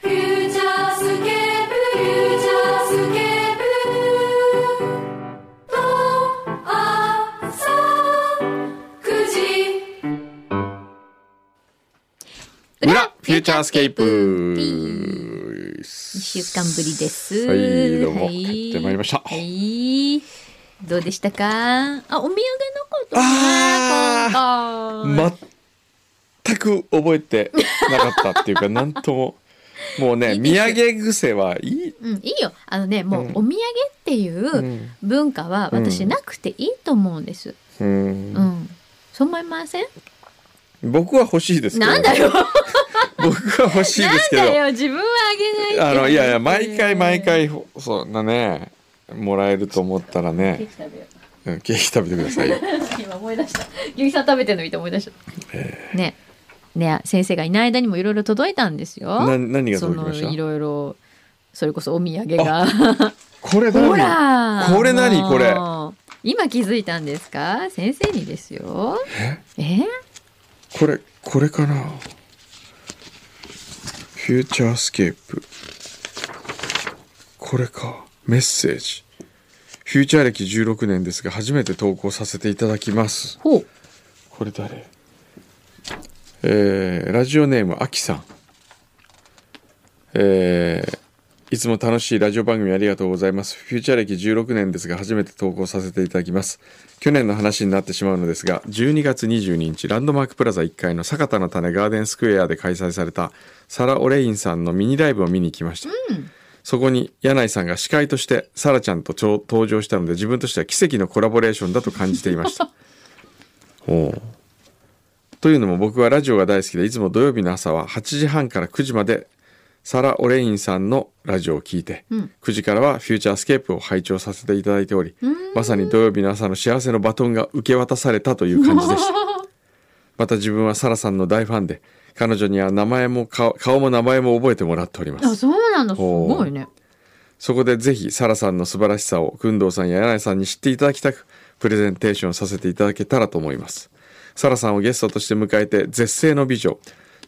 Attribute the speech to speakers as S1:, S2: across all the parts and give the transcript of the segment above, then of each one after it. S1: フューチャースケープフューチャースケープと朝9時
S2: 裏フューチャースケ
S3: 2
S2: ープ
S3: 週間ぶりです。
S2: はいどうも
S3: はい
S2: やってまいりました
S3: はい。どうでしたかあ、お土産のことね
S2: あ
S3: 今回
S2: 全く覚えてなかったっていうかなんと ももうね
S3: いい
S2: 土
S3: です
S2: 産癖はいい、
S3: うん、いいよ。あのね、もう、
S2: うん
S3: お土産っていううん文化は私なくていいと思うんです。うん。そう思いません
S2: 僕は欲しいですけど
S3: なんだよ
S2: 僕は欲しいですけど
S3: なんだよ自分はあげない
S2: あ
S3: って
S2: のいやいや毎回毎。回ほそんなねもらえると思ったら
S3: ケー
S2: ね
S3: キ、食べよう
S2: うん、ケーキ食べてくださ いよ
S3: 今思い出した。ゆきさん食べてるの見て思い出した。ね。ね、先生がいない間にもいろいろ届いたんですよ。
S2: な何が
S3: そ
S2: 届き
S3: の
S2: まし
S3: い
S2: た
S3: ろいろそれこそお土産が
S2: これ
S3: ほ
S2: 何
S3: ら
S2: これ何
S3: もう
S2: これ
S3: 今気づいたんですか先生にですよえ
S2: これこれかなフューチャースケープこれかメッセージフューチャー歴16年ですが初めて投稿させていただきます
S3: ほう
S2: これ誰えーラジオネームあきさんえーいつも楽しいラジオ番組ありがとうございます。フューチャー歴16年ですが、初めて投稿させていただきます。去年の話になってしまうのですが、12月22日、ランドマークプラザ1階の坂田の種ガーデンスクエアで開催された、サラ・オレインさんのミニライブを見に行きました。そこに柳井さんが司会としてサラちゃんとちょう登場したので自分としては奇跡のコラボレーションだと感じていました。おうというのも僕はラジオが大好きでいつも土曜日の朝は8時半から9時までサラ・オレインさんのラジオを聞いて、9時からはフューチャースケープを拝聴させていただいておりまさに土曜日の朝の幸せのバトンが受け渡されたという感じでした。また自分はサラさんの大ファンで彼女には名前も顔顔も名前も覚えてもらっております
S3: あ。そうなんだす
S2: ほう
S3: ごいね
S2: そこでぜひサラさんの素晴らしさを工藤さんや柳井さんに知っていただきたくプレゼンテーションさせていただけたらと思いますサラさんをゲストとして迎えて絶世の美女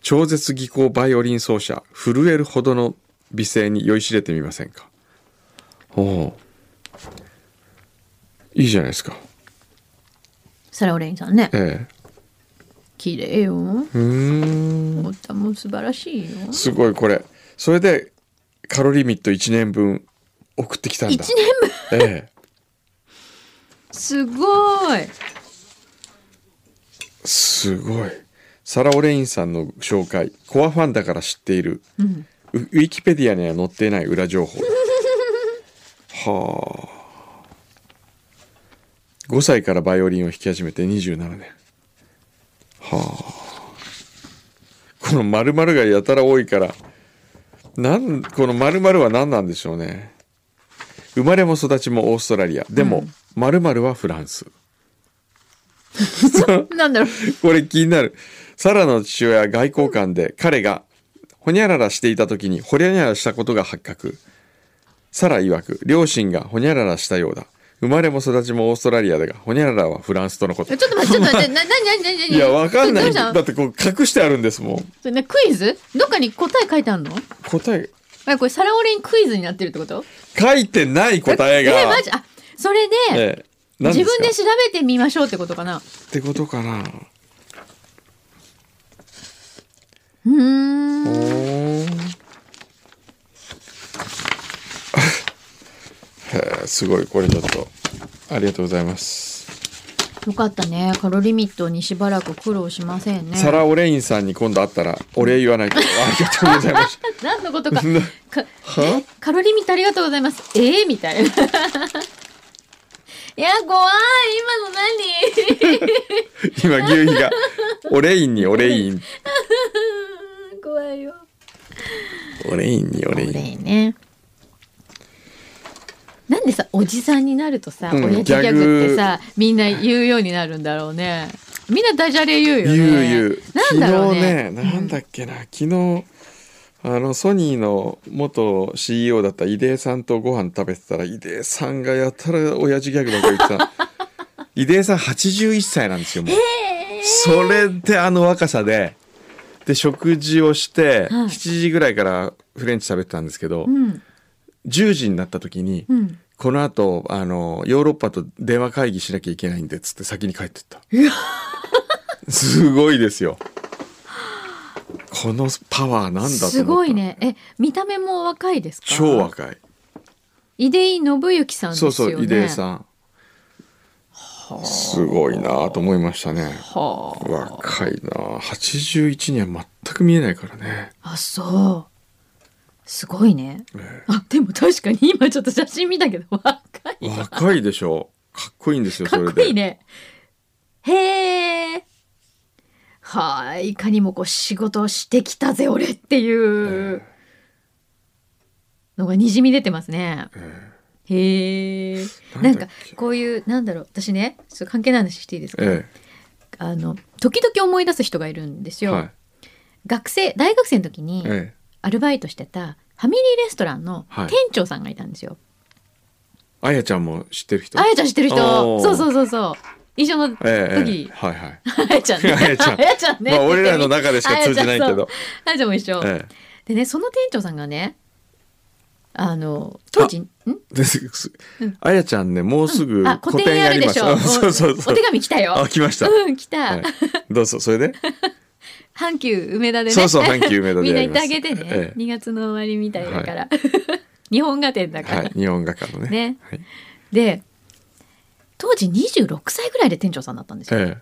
S2: 超絶技巧バイオリン奏者震えるほどの美声に酔いしれてみませんかおおいいじゃないですか
S3: サラオレインさんね
S2: え
S3: 綺麗よ
S2: えうーん
S3: おたも素晴らしいよ
S2: すごいこれそれでカロリーミット1年分送ってきたんだ
S3: 一年分
S2: ええ
S3: す ごい
S2: すごいサラ・オレインさんの紹介コアファンだから知っている、ウウィキペディアには載っていない裏情報はあ5歳からバイオリンを弾き始めて27年はあこの〇〇がやたら多いからなんこの〇〇は何なんでしょうね生まれも育ちもオーストラリアでも〇〇はフランス、
S3: なんだろう
S2: これ気になる。サラの父親は外交官で、彼が、ほにゃららしていた時に、ほにゃららしたことが発覚。サラ曰く、両親がほにゃららしたようだ。生まれも育ちもオーストラリアだが、ほにゃららはフランスとのこと
S3: え。ちょっと待ってちょっと待ってなななななない
S2: や、わかんな
S3: ど
S2: い。
S3: うした
S2: だってこう隠してあるんですもん。
S3: それねクイズどっかに答え書いてあるの
S2: 答え、
S3: あこれサラオレインクイズになってるってこと
S2: 書いてない答えが。
S3: えマジあそれで、
S2: ええ何
S3: 自
S2: す
S3: 分
S2: か
S3: で調べてみましょうってことかな
S2: ってことかな。
S3: うーん
S2: おーへえすごいこれちょっとありがとうございます、
S3: よかったねカロリミットにしばらく苦労しませんね
S2: サラ・オレインさんに今度会ったらお礼言わないとありがとうございまし
S3: 何の ことかか
S2: たは
S3: カロリミットありがとうございますえー、みたいな いや怖い今の何
S2: 今牛皮がオレインにオレイン
S3: 怖いよ
S2: オレインにオレイン
S3: 俺ねなんでさおじさんになるとさ、
S2: うん
S3: 親父ギャグってさみんな言うようになるんだろうねみんなダジャレ言うよね
S2: ゆうゆう
S3: なんだろうね
S2: 昨日ねなんだっけな、昨日あのソニーの元 CEO だった井出さんとご飯食べてたら井出さんがやたら親父ギャグばっかり言ってた 井出さん81歳なんですよもう、それであの若さでで食事をして、
S3: はい
S2: 7時ぐらいからフレンチ食べてたんですけど、
S3: うん
S2: 10時になった時に、
S3: うん
S2: この後あのヨーロッパと電話会議しなきゃいけないんでっつって先に帰ってったすごいですよこのパワーなんだと思った
S3: すごいねえ見た目も若いですか
S2: 超若い、
S3: 井出井信之さんです
S2: そ
S3: よ
S2: う
S3: ね
S2: そう井出さんすごいなと思いましたね
S3: はあ
S2: 若いな81には全く見えないからね、
S3: あそうすごいね
S2: え
S3: あでも確かに今ちょっと写真見たけど若い
S2: え若いでしょかっこいいんですよそ
S3: か
S2: れで
S3: っこいいねへえはいいかにもこう仕事をしてきたぜ俺っていうのがにじみ出てますね
S2: え
S3: へえ
S2: な
S3: なんん
S2: だっ
S3: か
S2: け
S3: こういうなんだろう私ねちょっと関係ない話していいです
S2: え
S3: か、
S2: え
S3: あの時々思い出す人がいるんです
S2: え
S3: よ、
S2: はい
S3: 学生大学生の時に
S2: ええ
S3: アルバイトしてたファミリーレストランの
S2: はい
S3: 店長さんがいたんですよ、
S2: あやちゃんも知ってる人
S3: あやちゃん知ってる人
S2: おー
S3: そうそうそうそう一緒の時、
S2: ええええはいはい
S3: あやちゃんね。
S2: あやちゃん
S3: あやちゃんね。
S2: まあ俺らの中でしか通じないけど。
S3: あやちゃんも一緒。
S2: え
S3: でね、その店長さんがね、あの、当時、ん
S2: え、です
S3: うん
S2: あやちゃんねもうすぐ
S3: あ、個
S2: 個
S3: 展
S2: 展
S3: や
S2: や
S3: る
S2: り
S3: で
S2: ま
S3: し
S2: し
S3: ょ。
S2: た そうそうそう
S3: お手紙来たよ
S2: あ。来ました、
S3: うん、来た。
S2: はいどうぞそれで
S3: 阪急梅田でね。
S2: そうそう阪急梅田で
S3: みんな
S2: や
S3: 行
S2: り
S3: って
S2: ます
S3: あげてね。
S2: ええ
S3: 2月の終わりみたいだから。 日本画展だから。
S2: はい日本画家のね
S3: ね
S2: はい、
S3: で、当時26歳ぐらいで店長さんだったんですよ。
S2: え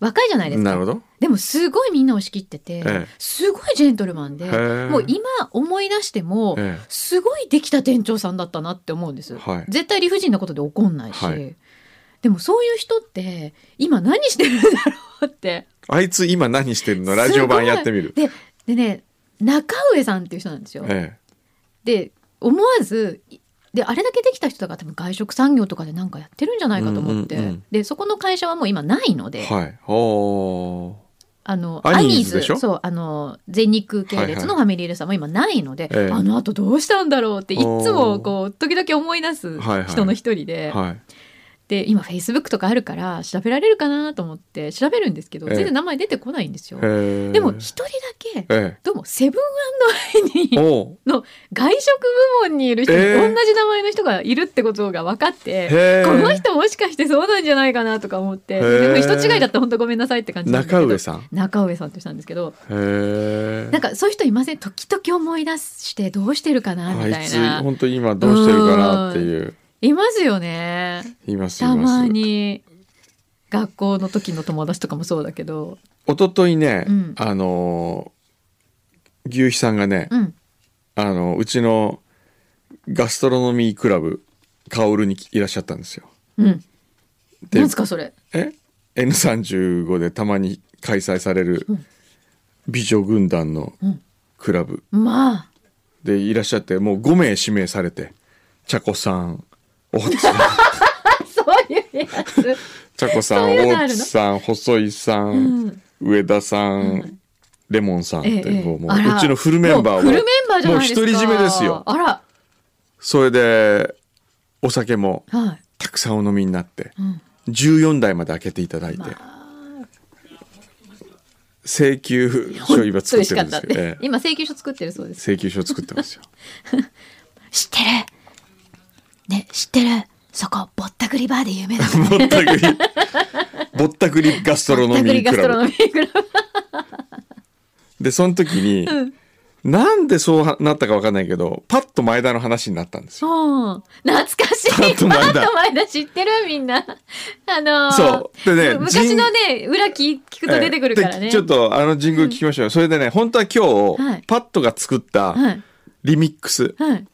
S3: 若いじゃない
S2: え
S3: ですか。
S2: なるほど
S3: でもすごいみんなを仕切ってて、
S2: ええ
S3: すごいジェントルマンで、
S2: え
S3: もう今思い出しても、
S2: ええ
S3: すごいできた店長さんだったなって思うんです、
S2: はい
S3: 絶対理不尽なことで怒んないし、
S2: はい
S3: でもそういう人って今何してるんだろうって
S2: あいつ今何してるのラジオ版やってみる
S3: ででね中上さんっていう人なんですよ、
S2: え
S3: で思わずであれだけできた人だから多分外食産業とかで何かやってるんじゃないかと思って、
S2: うんうんうん
S3: でそこの会社はもう今ないの
S2: え
S3: で、
S2: はいおー
S3: あの
S2: ア
S3: ア
S2: ニ
S3: ニ
S2: ー
S3: ー
S2: ズ
S3: ズ
S2: でしょ
S3: そうあの全日空系列のファミリーレストランも今ないので、
S2: ええ
S3: あのあとどうしたんだろうっていつ
S2: おー
S3: もこう時々思い出す
S2: はいはい
S3: 人の一人で、
S2: はい
S3: で今フェイスブックとかあるから調べられるかなと思って調べるんですけど、
S2: ええ
S3: 全然名前出てこないんですよ。
S2: ええ
S3: でも一人だけ
S2: え
S3: どうもセブンアイ
S2: え
S3: に
S2: おう
S3: 外食部門にいる人に
S2: ええ
S3: 同じ名前の人がいるってことが分かって、
S2: へえ
S3: この人もしかしてそうなんじゃないかなとか思って、
S2: え
S3: でも人違いだったら本当ごめんなさいって感じなんだけ
S2: 中
S3: ど
S2: 上さんへ
S3: 中上さんって人なんですけど
S2: え
S3: なんかそういう人いません時々思い出してどうしてるかなみ
S2: あ
S3: た
S2: い
S3: い
S2: つ
S3: な
S2: 本当に今どうしてるかなっていう
S3: いますよね
S2: いますい
S3: た
S2: ます
S3: まに学校の時の友達とかもそうだけど
S2: 一昨日ね、
S3: うん
S2: あのー牛肥さんがね、
S3: うん
S2: あのうちのガストロノミークラブカオルにいらっしゃったんですよ。
S3: うん
S2: で
S3: なんすかそれ
S2: え N35 でたまに開催される
S3: うん
S2: 美女軍団の
S3: うん
S2: クラブ
S3: まあ
S2: でいらっしゃってもう5名指名されて茶子さ ん大津さん
S3: そういうやつ、
S2: 茶子さん
S3: そういうのあるの
S2: 大津さん細井さん、
S3: うん、
S2: 上田さん、レモンさんって、
S3: ええええ
S2: こうもう
S3: あら
S2: うちのフルメンバ
S3: も
S2: ーを
S3: うフルメンバーじゃないですか
S2: もう独り占めですよ
S3: あら
S2: それでお酒も
S3: はい、
S2: たくさんお飲みになって
S3: うん、
S2: 14台まで開けていただいて、請求書今作ってるんですけど、
S3: 美味しか
S2: え
S3: った
S2: え
S3: 今請求書作ってるそうです
S2: 請求書作ってますよ
S3: 知ってるね知ってるそこぼったくりバーで有名だ から
S2: ぼったくりぼったくりガストロノミー
S3: ぼったくり
S2: ク
S3: ガストロ
S2: ラ
S3: ノミークラブ
S2: ブでその時に、なんでそうなったかわかんないけどパッと前田の話になったんですよ
S3: そう懐かしい
S2: パッと前だ
S3: パッと前だ知ってるみんなあのー
S2: そうでね
S3: 昔のね裏聞聞くと出てくるから
S2: ええ
S3: ね、
S2: でちょっとあの神宮聞きましょうよ、それでね本当は今日、
S3: はい
S2: パットが作った
S3: はい
S2: リミックス
S3: はい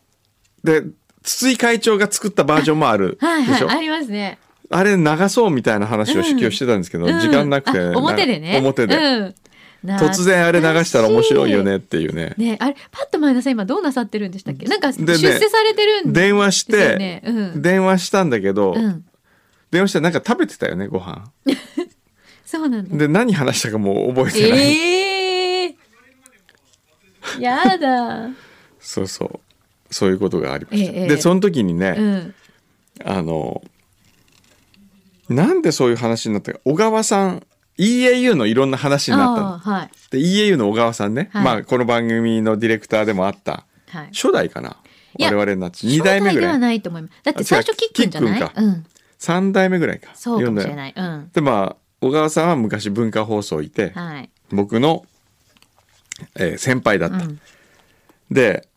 S2: で筒井会長が作ったバージョンもあるでしょ、
S3: はいはいありますね
S2: あれ流そうみたいな話を
S3: うん
S2: 今日してたんですけど、
S3: うん
S2: 時間なくて
S3: あ表でね
S2: 表で、
S3: うん
S2: 突然あれ流したら面白いよねっていうね
S3: ねあれパッと前田さん今どうなさってるんでしたっけなんか
S2: で
S3: 出
S2: ね
S3: 世されてるんで
S2: 電話し
S3: ですよ
S2: て、
S3: ねうん
S2: 電話したんだけど、
S3: うん
S2: 電話したらなんか食べてたよねご飯
S3: そうなんだ
S2: で何話したかもう覚えてない、
S3: ええー、やだ
S2: そうそうそういうことがありました、
S3: ええ
S2: でその時にね、
S3: うん
S2: あのなんでそういう話になったか小川さん EAU のいろんな話になったの
S3: ああはい
S2: で EAU の小川さんね、
S3: はい
S2: まあこの番組のディレクターでもあった
S3: はい
S2: 初代かない我
S3: や
S2: 々になって2代目
S3: 初代で
S2: ぐら
S3: はいないと思いますだって最
S2: あ違
S3: 初
S2: う
S3: キックンじゃない
S2: キック
S3: うん
S2: 3代目ぐらいか
S3: そうかもしれ
S2: 四代
S3: ないうん
S2: でまあ小川さんは昔文化放送いて、
S3: はい
S2: 僕の、えー先輩だった、
S3: うん
S2: で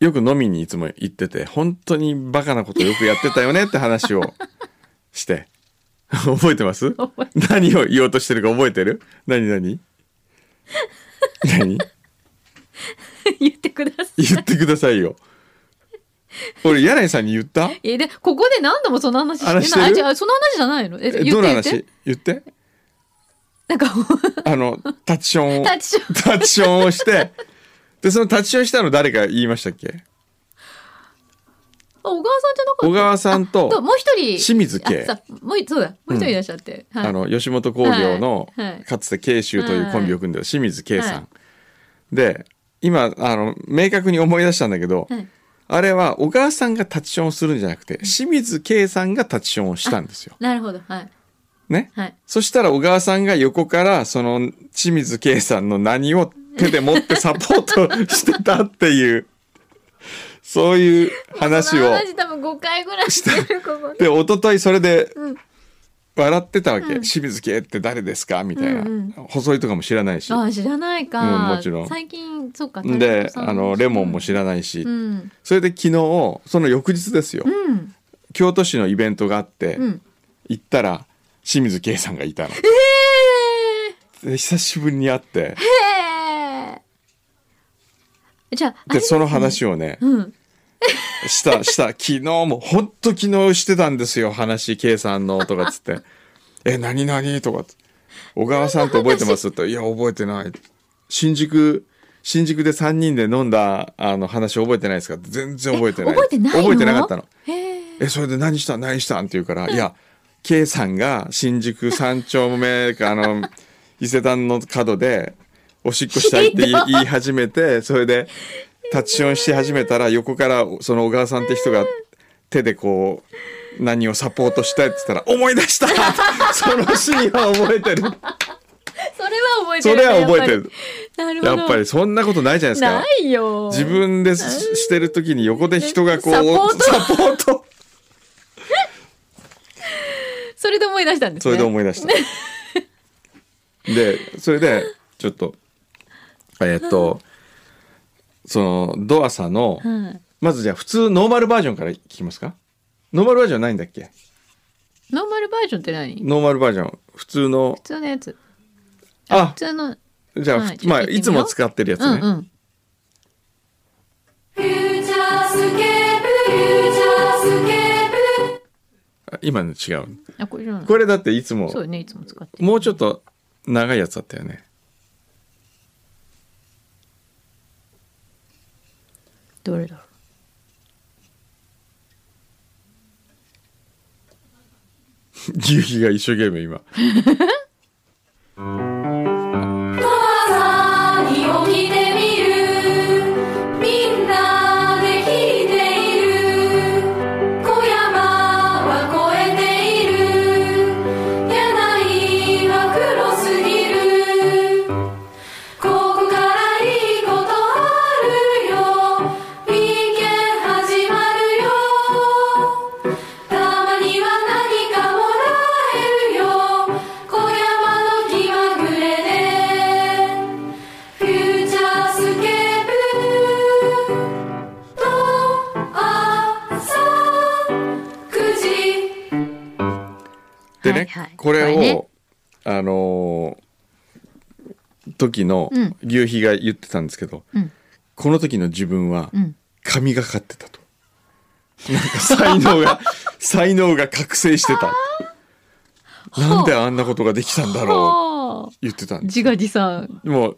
S2: よく飲みにいつも行ってて本当にバカなことよくやってたよねって話をして 覚えてます
S3: 覚え
S2: 何を言おうとしてるか覚えてる何何何
S3: 言ってください
S2: 言ってくださいよ俺柳井さんに言った
S3: えでここで何度もその話してない
S2: 話してる
S3: あ違うその話じゃないのえ言って
S2: えどの
S3: 言って
S2: 話言って
S3: なんか
S2: あのタッチションを
S3: タッチション
S2: タッチションをしてでそのタッチションしたの誰か言いましたっけ
S3: あ小川さんじゃなかった
S2: 小川さんと
S3: あもう一人
S2: 清水家
S3: あさもうそうだもう一人いらっしゃって、はい
S2: あの吉本興業の
S3: はいはい
S2: かつて慶州というコンビを組んでる清水慶さん、で今あの明確に思い出したんだけど、
S3: はい
S2: あれは小川さんがタッチションをするんじゃなくて清水慶さんがタッチションをしたんですよ。
S3: なるほどはい
S2: ね、
S3: はい
S2: そしたら小川さんが横からその清水慶さんの何を手で持ってサポートしてたっていうそういう話
S3: その
S2: を。
S3: 話多分5回ぐらい してるここで
S2: で一昨日それで
S3: うん
S2: 笑ってたわけ、
S3: うん
S2: 清水慶って誰ですかみたいな、
S3: うん
S2: 細いとかも知らないし
S3: あ知らないか、
S2: うんもちろん
S3: 最近そうか
S2: であのレモンも知
S3: ら
S2: らないし、
S3: うん
S2: それで昨日その翌日ですよ、
S3: うん
S2: 京都市のイベントがあって、
S3: うん
S2: 行ったら清水圭さんがいたの、
S3: え
S2: で久しぶりに会って
S3: ー、えー、じゃああ
S2: で
S3: れ
S2: その話をね
S3: うん
S2: したした 昨日もほんと昨日してたんですよ話圭さんのとかっつって「え何何?」とかっつって「小川さんって覚えてます?」って「いや覚えてない」新宿新宿で3人で飲んだあの話覚えてないですかって全然覚えてない
S3: 覚えてないの
S2: 覚えてなかったの
S3: へー
S2: えそれで何したん何したんって言うから「いや K さんが新宿三丁目 かあの伊勢丹の角でおしっこしたいって言
S3: ひ
S2: い
S3: どい
S2: 言い始めてそれで立ちションし始めたら横からその小川さんって人が手でこう何をサポートしたいって言ったら「思い出 した!」そのシーンは覚えて る
S3: それは覚えて
S2: そ
S3: る
S2: れは覚えてる
S3: なるほ
S2: や
S3: ど
S2: っぱりそんなことないじゃないですか
S3: ないよ
S2: 自分でししてる時に横で人がこう
S3: サポート
S2: サポート
S3: それで思い出したんです
S2: そ
S3: ね
S2: れで思い出した。 でそれでちょっとえーっとそのドアサの、
S3: はい
S2: まずじゃあ普通ノーマルバージョンから聞きますかノーマルバージョンないんだっけ
S3: ノーマルバージョンって何普
S2: ノーマルバージョン普通の
S3: 通のやつ
S2: あ
S3: 普通の
S2: じゃあ、
S3: はい
S2: ふま
S3: ちょっ
S2: あ
S3: と聞
S2: い
S3: いて
S2: つ
S3: みよう
S2: も使ってるやつ
S3: う
S2: ね、
S3: んうん
S1: フューチャースケープ、フューチャースケープ
S2: あ今の違う
S3: あこれじゃない
S2: これだっていつも
S3: そうねいつも使ってる
S2: もうちょっと長いやつだったよね
S3: どれだろう
S2: 牛皮が一生懸命今
S1: 朝に起きてみるみんなで聞いている小山は越えている柳は黒すぎるここからいいことあるよいけ始まるよたまには何かもらえるよ小山の気まぐれでフューチャースケープと朝9時
S2: で
S3: はい
S2: ね、
S3: はい
S2: これを、
S3: これね
S2: あのー時の
S3: うん
S2: 牛皮が言ってたんですけど、
S3: うん
S2: この時の自分は
S3: うん
S2: 神がかってたと、なんか才 能が才能が覚醒してたなんであんなことができたんだろ
S3: はな
S2: 言ってたんです
S3: 自画自賛
S2: もう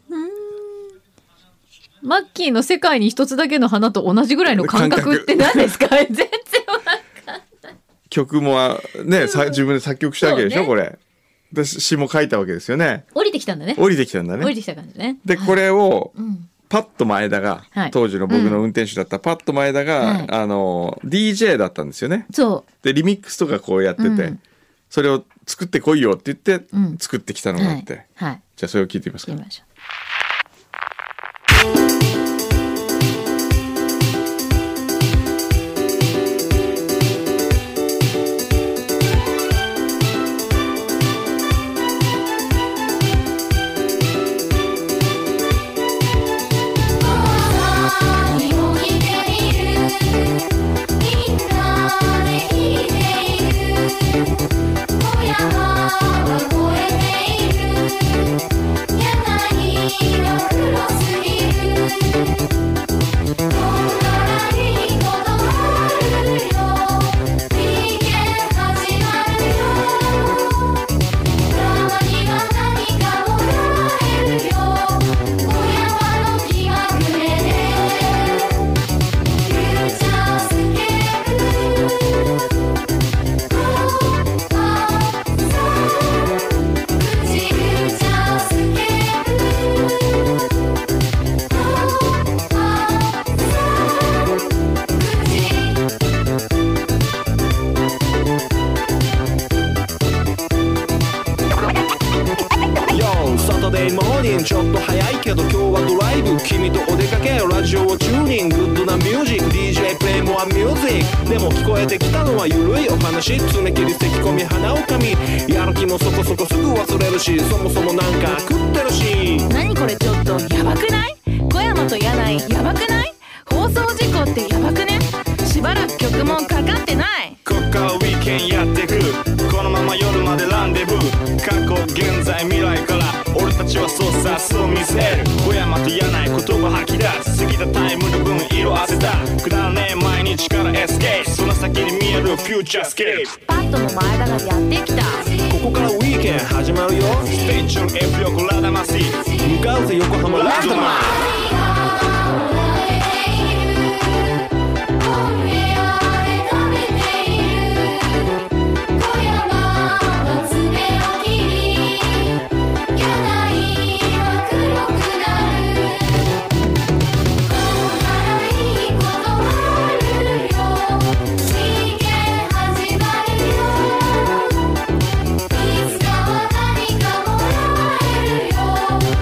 S3: マッキーの世界に一つだけの花と同じぐらいの感
S2: 感
S3: 覚
S2: 覚
S3: って何ですか 全然わかんない
S2: 曲もあね、さ自分で作曲したわけでし
S3: そう
S2: ょ、
S3: ね
S2: これで詩も書いたわけですよね
S3: 降りてきたんだね
S2: 降りてきたんだ
S3: 降り
S2: ね
S3: てきた感じね
S2: でこ
S3: れ
S2: れを
S3: うん
S2: パッと前田が、
S3: はい
S2: 当時の僕の運転手だったパッと前田が、
S3: はい
S2: あの DJ だったんですよね
S3: そ
S2: でリミックスとかこうやってて、
S3: うん
S2: それを作ってこいよって言って、
S3: うん
S2: 作ってきた
S3: う
S2: のが
S3: は
S2: あって、
S3: いはい
S2: じゃあそれを聞いてみます
S3: 聞
S2: か
S3: きましょう
S1: 何も似ているみんなで生きている小山は越えている柳が黒すぎるこんなにとどまるよ人間始まるよ「たまには何かもらえるよ」「小山の気まぐれで」「フューチャースケープ」「ゴーパーサー」「プチフューチャースケープ」「ゴーパーサー」「プチ
S4: よサタデーモーニングちょっと早いけど今日はドライブ君とお出かけラジオをチューニンググッドなミュージック DJ プレイモアミュージックでも聞こえてきたのはゆるいお話爪切り咳込み鼻をかみやる気もそこそこすぐ忘れるしそもそもなんか食ってるし
S5: 何これちょっとヤバくない小山と柳井ヤバくない放送事故ってヤバくねしばらく曲もかかってない
S4: ここからウィーケンやってくこのまま夜までランデブー過去現在未来から俺たちはそうさそう見せる小山と柳ない言葉吐き出す過ぎたタイムの分色あせたくだらねえ毎日からエスケープその先に見えるフューチャースケープ
S5: パッとの前田がやってきた
S4: ここからウィーケン始まるよステイチューン F 横ラダマシ向かうぜ横浜ラドマ
S1: 「本音あれば何もらえる」「小山は爪を切り」「柳は黒くなる」「こんならいいことあるよ」「人間始まるよ」いつかは何かもらえるよ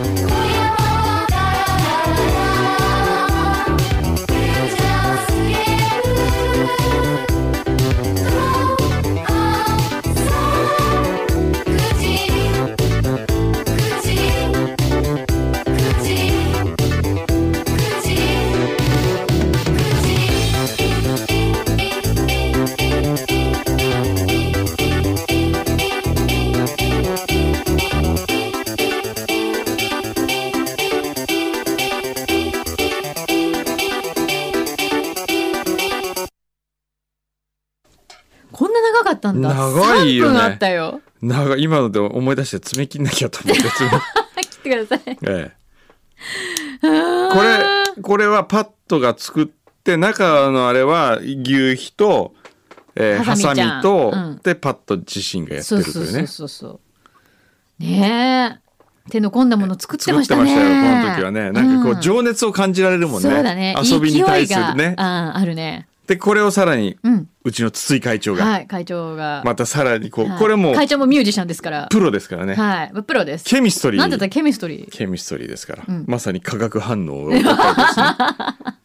S1: 「小山はダラダラダラ」「フューチャースケープ」「ドアさ口口口
S3: こんな長かったんだ
S2: 長いよ
S3: 3
S2: ね
S3: 分あったよ
S2: なんか今ので思い出して爪切んなきゃと思って爪
S3: 切ってください
S2: ええこれこれはパッドが作って中のあれは牛皮と、えー、ハ
S3: ハ
S2: サ
S3: サ
S2: ミ
S3: ミちゃん
S2: と、
S3: うん
S2: でパッド自身がやって
S3: そう
S2: ると
S3: そう
S2: いう
S3: そう
S2: ね
S3: そうそうねえ手の込んだもの作ってましたね
S2: 作ってましたよこの時はねなんかこう情熱を感じられるもんね,、
S3: そうだね
S2: 遊びに対す
S3: 勢いが
S2: るね
S3: あーあるね
S2: でこれをさらに
S3: うん
S2: うちの筒井会長が、
S3: はい会長が、
S2: またさらにこう、
S3: はい
S2: これもう
S3: 会長もミュージシャンですから
S2: プロですからね、
S3: はいプロです
S2: ケミストリー
S3: なんだったらケミストリー
S2: ケミストリーですから、
S3: ん
S2: まさに化学反応が起 こったわけですね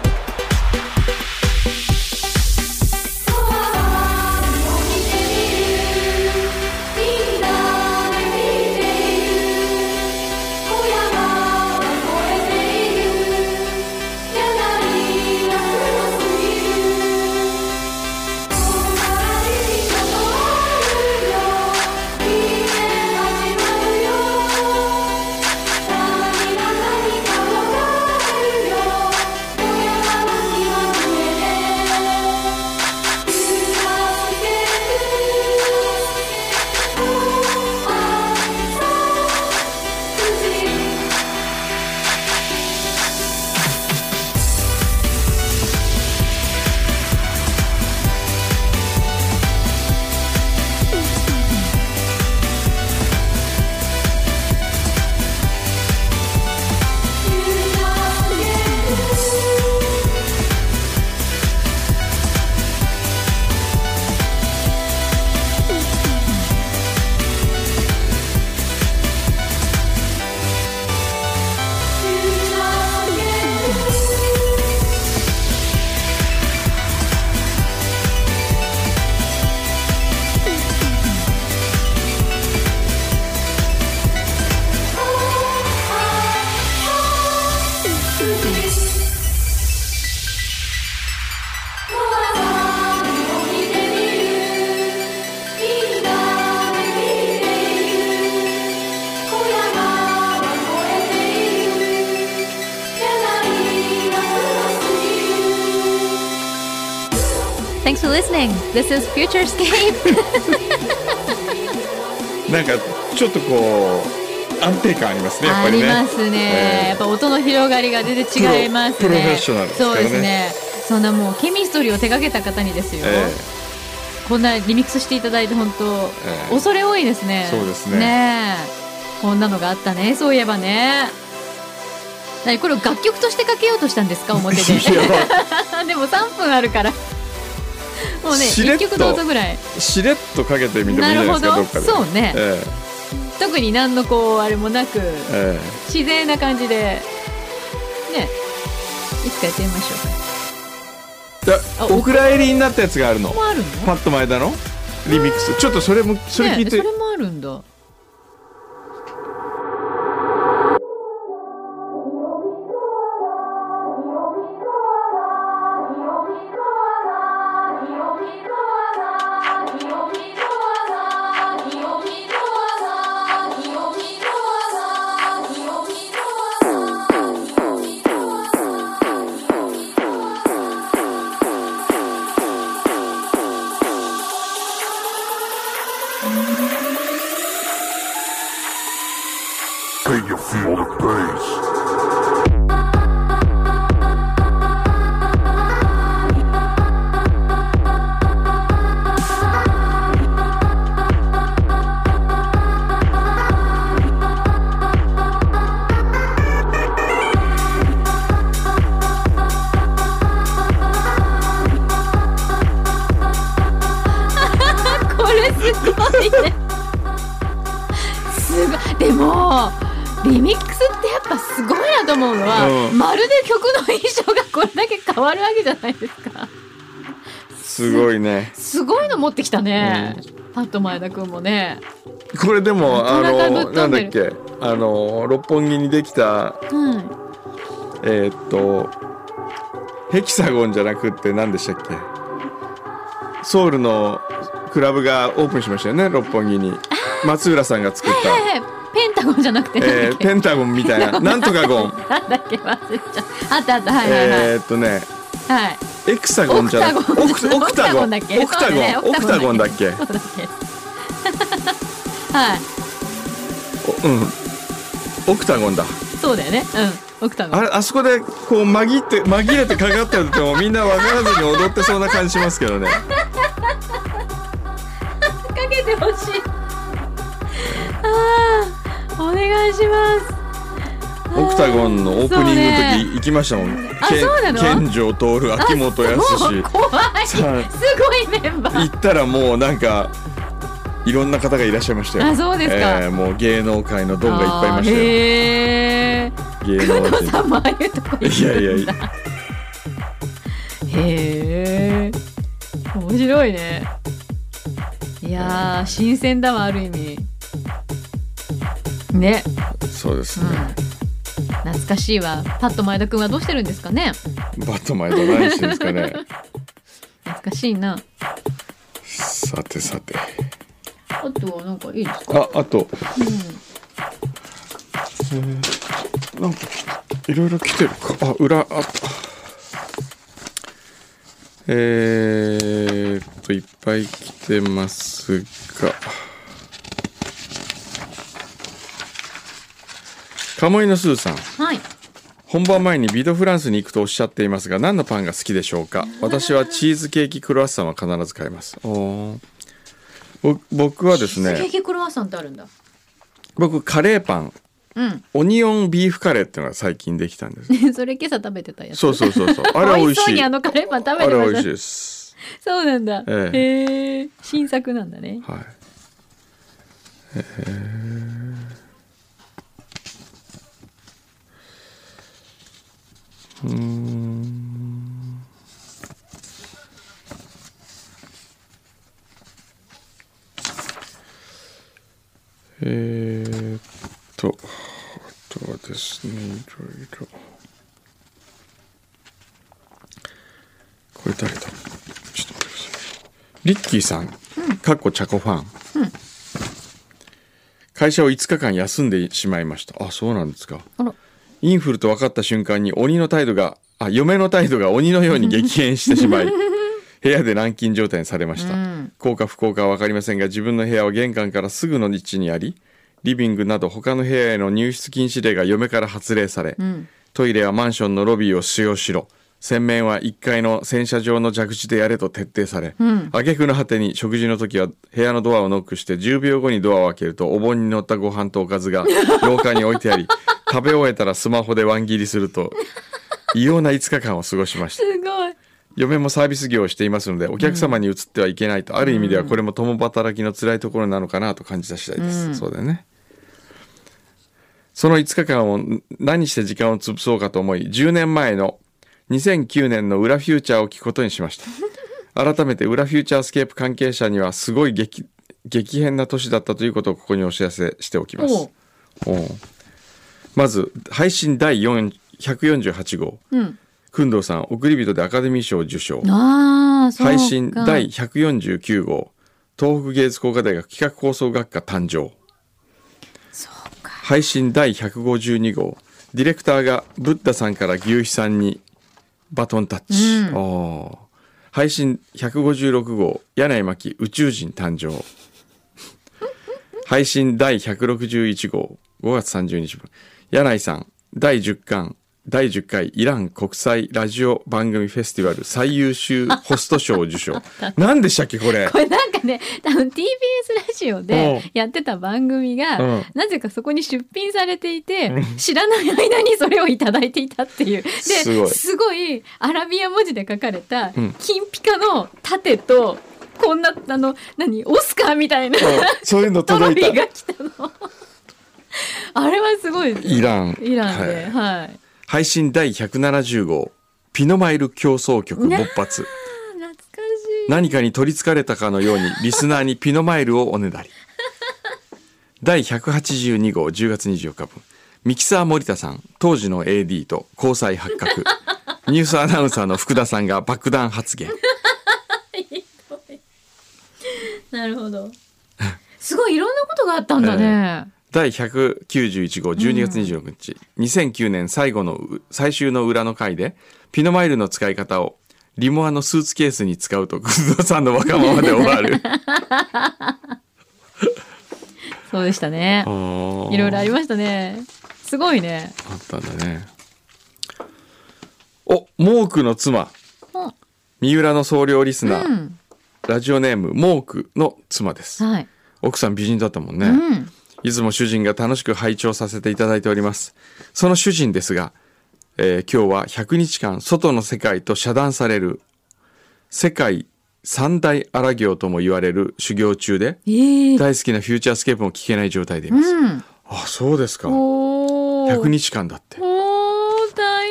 S1: 「みんなで見ている」「小山は越えている」「柳が黒すぎる」
S5: Thanks for listening. This is Futurescape.
S2: なんかちょっとこう安定感ありますねやっ
S3: あ
S2: ぱり
S3: り
S2: ね
S3: ますね、やっぱ音の広がりが全然違いますね
S2: プロプロフェッショナルですからね
S3: そうですねそんなもうケミストリーを手掛けた方にですよ、
S2: え
S3: こんなリミックスしていただいて本当、
S2: ええ
S3: 恐れ多いですね
S2: そうですね
S3: ねえこんなのがあったねそういえばね何これを楽曲としてかけようとしたんですか表
S2: えい
S3: で
S2: や
S3: でも3分あるからもうね
S2: しれっ
S3: 1
S2: と
S3: 曲どうぞぐらい
S2: しれっとかけてみてもいいんじゃないですか
S3: なるほど
S2: どっかで
S3: そうね
S2: え
S3: 特に何のこうあれもなく
S2: えええ
S3: 自然な感じでねいつかやってみましょう
S2: だ
S3: あ
S2: お蔵入りになったやつがあるの
S3: これもあるの
S2: パッと前だのリミックスちょっとそれもそれ聞いて、
S3: ね、それもあるんだ
S6: Can you feel the bass?
S3: これすごいねすごいでもリミックスってやっぱすごいなと思うのは、
S2: うん
S3: まるで曲の印象がこれだけ変わるわけじゃないですか
S2: すごいね
S3: すごいの持ってきたね、パッと前田君もね
S2: これで もあ
S3: なかなか
S2: の
S3: ぶっ飛
S2: なんん
S3: で
S2: だ
S3: る
S2: っけあの六本木にできた
S3: はい
S2: えーっとヘキサゴンじゃなくって何でしたっけソウルのクラブがオープンしましたよね六本木に松浦さんが作 っ
S3: はいはいペンタゴンじゃなくてな
S2: た、
S3: んだ
S2: え
S3: っ
S2: ー
S3: け、
S2: ペンタゴンみたいななんとかゴン
S3: なんだっけ忘れちゃったあったあったはいはいはい、
S2: えーっとね
S3: はい
S2: エクサゴンじゃなくて
S3: オ
S2: オ
S3: ク
S2: ク
S3: タゴン
S2: オクタゴン
S3: オ
S2: オ
S3: クタゴンだっけ
S2: クタ
S3: そうだね
S2: ゴンオク
S3: そう
S2: タゴンだっけ
S3: だっけ はい
S2: おうんオクタゴンだ
S3: そうだよねうんオクタゴン
S2: あれあそこでこう紛って紛れてかかってるってもみんな分からずに踊ってそうな感じしますけどね
S3: かけてほしいあーお願いします
S2: オクタゴンのオープニングの時行きましたもん、
S3: あ
S2: けん
S3: そうなの
S2: 健城徹秋元
S3: もう
S2: 康
S3: 怖いす
S2: さあ
S3: ごいメンバ
S2: 行
S3: ー
S2: ったらもうなんかいろんな方がいらっしゃいましたよ
S3: あそうですか
S2: えーもう芸能界のドンがいっぱいいましたよ
S3: へえ
S2: 芸
S3: 工
S2: 能
S3: 藤
S2: 人
S3: さんもああいうとこ行
S2: いやい
S3: く
S2: やい
S3: んだ
S2: や
S3: へえ面白いねいやー新鮮だわある意味ね
S2: そうです
S3: うん
S2: ね、
S3: 懐かしいわパッと前田君はどうしてるんですかね
S2: バット前田何してるんですかね
S3: 懐かしいな
S2: さてさて
S3: あとはなんかいいですか
S2: ああと、えーなんかいろいろ来てるかあ裏あったえー、っといっぱい来てますが鴨居のすずさん
S3: はい
S2: 本番前にビドフランスに行くとおっしゃっていますが何のパンが好きでしょうか私はチーズケーキクロワッサンは必ず買いますおーぼ僕はです
S3: チーズケー
S2: ね
S3: キクロワッサンってあるんだ
S2: 僕カレーパン
S3: うん
S2: オニオンビーフカレーっていうのが最近できたんで す。
S3: ねそれ今朝食べてたやつ
S2: そうそうそうそう。あれは美味
S3: 美味しそ
S2: し
S3: う
S2: い。
S3: にあ
S2: あ
S3: のカレーパン食べて
S2: れ
S3: ま
S2: は
S3: し
S2: 美
S3: た
S2: 味しいです。
S3: そうなんだ、
S2: ええ
S3: へえ新作なんだね
S2: はい。えー、うーん。えー、っと、あとはですね、いろいろ。これ誰だちょっと待ってください。リッキーさん、かっこチャコファン、会社を5日間休んでしまいました。あ、そうなんですか。
S3: あら
S2: インフ ルと分かった瞬間に鬼の態度が、あ、嫁の態度が鬼のように激変してしまい、部屋で軟禁状態にされました、
S3: うん
S2: 効果不効果は分かりませんが自分の部屋は玄関からすぐの位置にありリビングなど他の部屋への入室禁止令が嫁から発令され、トイレはマンションのロビーを使用しろ洗面は1階の洗車場の蛇口でやれと徹底され、挙句の果てに食事の時は部屋のドアをノックして10秒後にドアを開けるとお盆に乗ったご飯とおかず が廊下に置いてあり食べ終えたらスマホでワン切りすると異様な5日間を過ごしました
S3: すごい。
S2: 嫁もサービス業をしていますのでお客様に移ってはいけないと、ある意味ではこれも共働きの辛いところなのかなと感じた次第です、そうだよねその5日間をん何して時間を潰そうかと思い10年前の2009年の「裏フューチャー」を聞くことにしました 改めて「裏フューチャースケープ」関係者にはすごい激激変な年だったということをここにお知らせしておきます
S3: おう
S2: おうまず配信第4 148号
S3: うん。
S2: 工藤さん送り人でアカデミー賞受賞
S3: ああ、そうか。
S2: 配信第149号東北芸術工科大学企画放送学科誕生配信第152号ディレクターがブッダさんから牛肥さんにバトンタッチ、おー配信156号柳井真紀宇宙人誕生配信第161号5月30日分柳井さん第10巻第10回イラン国際ラジオ番組フェスティバル最優秀ホスト賞を 受賞何でしたっけこれ
S3: これなんかね、あの TBS ラジオでやってた番組が、
S2: うん
S3: なぜかそこに出品されていて、知らない間にそれをいただいていたっていう。で、
S2: す
S3: す
S2: ご
S3: ご
S2: い
S3: いアラビア文字で書かれた
S2: うん、
S3: 金ピカの盾と、こんな、あの、何、オスカーみたいな
S2: うんそういうの
S3: トロフ
S2: 届い
S3: ィー
S2: た
S3: が来たの。 あれはすごいです
S2: イ
S3: ね。
S2: ラン
S3: イラン
S2: はい
S3: で、はい。
S2: 配信第170号「ピノマイル競争曲勃発」
S3: 懐かしい。
S2: 何かに取りつかれたかのようにリスナーにピノマイルをおねだり第182号10月24日分ミキサー森田さん当時の AD と交際発覚ニュースアナウンサーの福田さんが爆弾発言
S3: なるほど。すごいいろんなことがあったんだね。
S2: 第191号12月26日、2009年最後のう最終の裏の回でピノマイルの使い方をリモアのスーツケースに使うと工藤さんの若ままで終わる
S3: そうでしたね。 い
S2: い
S3: ろいろありましたね。すごいね。
S2: あったんだね。お、モークの妻。
S3: うん
S2: 三浦の総領リスナー、
S3: うん。
S2: ラジオネームモークの妻です。
S3: はい。
S2: 奥さん美人だったもんね。
S3: うん。
S2: いつも主人が楽しく拝聴させていただいております。その主人ですが、えー今日は100日間外の世界と遮断される世界三大荒行とも言われる修行中で、
S3: ええ
S2: 大好きなフューチャースケープも聞けない状態でいます。
S3: うん。
S2: あ、そうですか。
S3: おお。
S2: 100日間だって。
S3: おお、大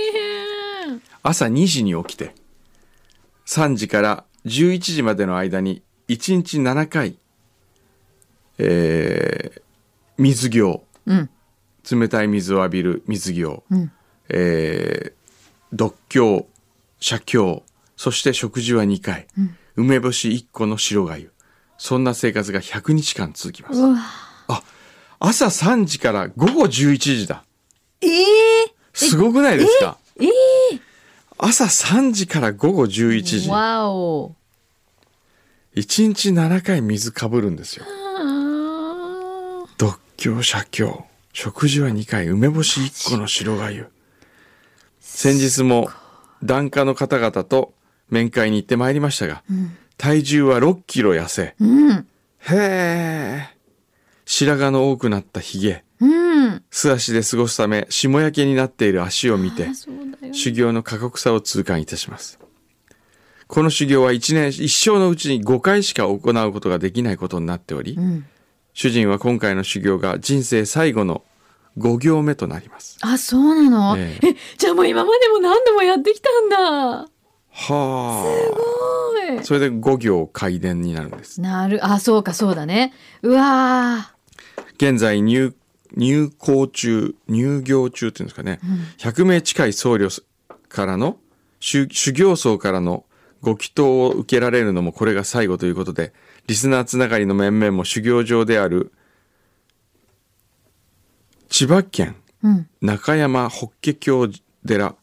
S3: 変。
S2: 朝2時に起きて3時から11時までの間に1日7回、えー水行
S3: うん。
S2: 冷たい水を浴びる水行、
S3: うん
S2: えー独協写経そして食事は2回、梅干し1個の白粥そんな生活が100日間続きます
S3: うわ
S2: あ朝3時から午後11時だ
S3: ええ
S2: すごくないですか朝3時から午後11時
S3: わお。
S2: 1日7回水かぶるんですよ
S3: あー
S2: 独協写経食事は2回梅干し1個の白がゆ先日も檀家の方々と面会に行ってまいりましたが、体重は6キロ痩せ
S3: うん。
S2: へえ白髪の多くなったひげ
S3: うん。
S2: 素足で過ごすため霜焼けになっている足を見て
S3: あそうだよ。
S2: 修行の過酷さを痛感いたしますこの修行は一年一生のうちに5回しか行うことができないことになっており、
S3: ん
S2: 主人は今回の修行が人生最後の5行目となります
S3: あ、そうなの。
S2: え
S3: えじゃあもう今までも何度もやってきたんだ。
S2: は
S3: は
S2: あそれで5行開伝になるんです
S3: い。なる、あ、そうか、そうだね。うわ
S2: 現在入入校中入業中っていうんですかね、100名近い僧侶からの修修行僧からのご祈祷を受けられるのもこれが最後ということでリスナーつながりの面々も修行場である千葉県
S3: ー。うん。
S2: 中山法華経寺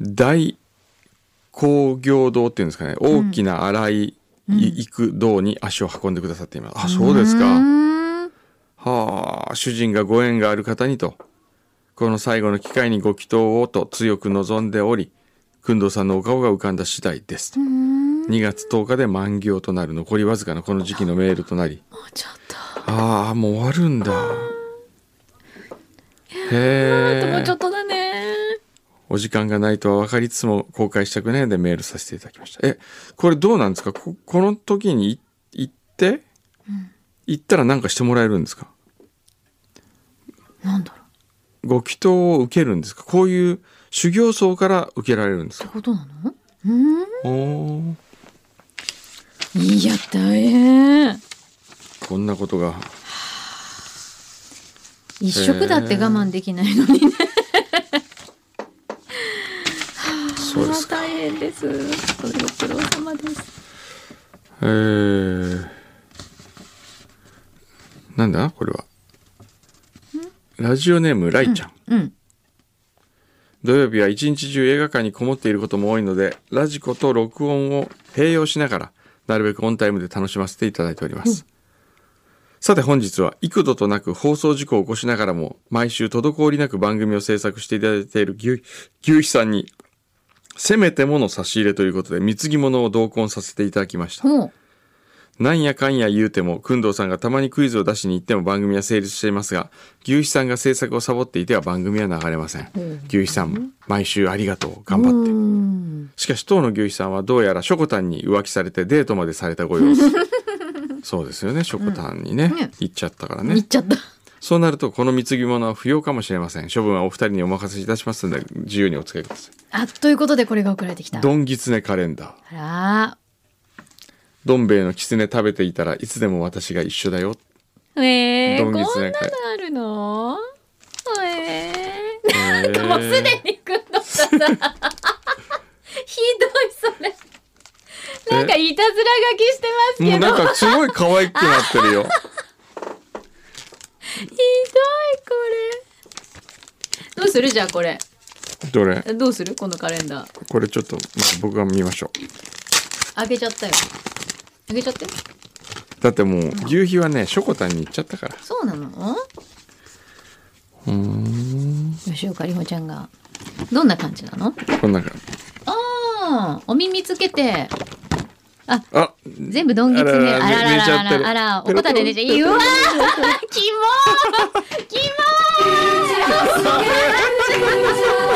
S2: 大工業堂っていうんですかね大きな荒い行く道に足を運んでくださっています、あそうですか、
S3: うーん
S2: はあ主人がご縁がある方にとこの最後の機会にご祈祷をと強く望んでおり工藤さんのお顔が浮かんだ次第ですと2月10日で満行となる残りわずかのこの時期のメールとなり
S3: もうちょっと
S2: ああもう終わるんだへ
S3: もうちょっ
S2: え
S3: とだね
S2: お時間がないとは分かりつつも公開したくないのでメールさせていただきましたえこれどうなんですかここの時にい行って行ったら何かしてもらえるんですか
S3: なんだろう
S2: ご祈祷を受けるんですかこういう修行僧から受けられるんで
S3: っ
S2: す
S3: て
S2: か
S3: ことなのうーん
S2: おー
S3: いや大変
S2: こんなことが
S3: 一食だって我慢できないのにね
S2: そうですか
S3: 大変ですそれご苦労様です
S2: えー、なんだこれはラジオネームライちゃん、
S3: うん
S2: 土曜日は一日中映画館にこもっていることも多いのでラジコと録音を併用しながらなるべくオンタイムで楽しませていただいております、さて本日は幾度となく放送事故を起こしながらも毎週滞りなく番組を制作していただいている牛牛肥さんにせめてもの差し入れということで貢ぎ物を同梱させていただきました
S3: ほう
S2: なんやかんや言うても、くんどうさんがたまにクイズを出しに行っても番組は成立していますが、牛肥さんが制作をサボっていては番組は流れません。牛肥さん、毎週ありがとう、頑
S3: うー
S2: 張って。
S3: ん
S2: しかし、当の牛肥さんはどうやらしょこたんに浮気されてデートまでされたご様 子。そうですよね、しょこたんにね
S3: ね、
S2: 行っちゃったから
S3: 言っ
S2: ね。
S3: ちゃった
S2: そうなると、この貢ぎ物は不要かもしれません。処分はお二人にお任せいたしますので、自由にお使いください。
S3: あということでこれが送られてきた
S2: ドンギツネカレンダー。
S3: あら
S2: どん兵衛のキツネ食べていたらいつでも私が一緒だよ。
S3: ーえー、
S2: ド
S3: こん
S2: ンギ
S3: なの
S2: ツネカレン
S3: あるのえ
S2: ダー。
S3: ー、 もうすでにくんどさんだ ひどいそれなんかいたずら書きしてますけ
S2: もう
S3: ど
S2: なんかすごい可愛くなってるよ。
S3: ひどいこれどうするじゃあこれ
S2: どれ
S3: どうするこのカレンダー
S2: これちょっと、まあ僕が見ましょ
S3: 開けちゃったよ開けちゃって
S2: う。だってもう、牛皮はね、しょこたんに行っちゃったから。
S3: そうなの吉岡里帆ちゃんがどんな感じなの
S2: こんな感
S3: ああお耳つけて
S2: あ、
S3: 全部どんぎつねあらら
S2: あらら
S3: ら
S2: 寝ちゃ
S3: ら
S2: ってる
S3: らあらおこたで寝ちゃううわーキモーキモー
S1: 「그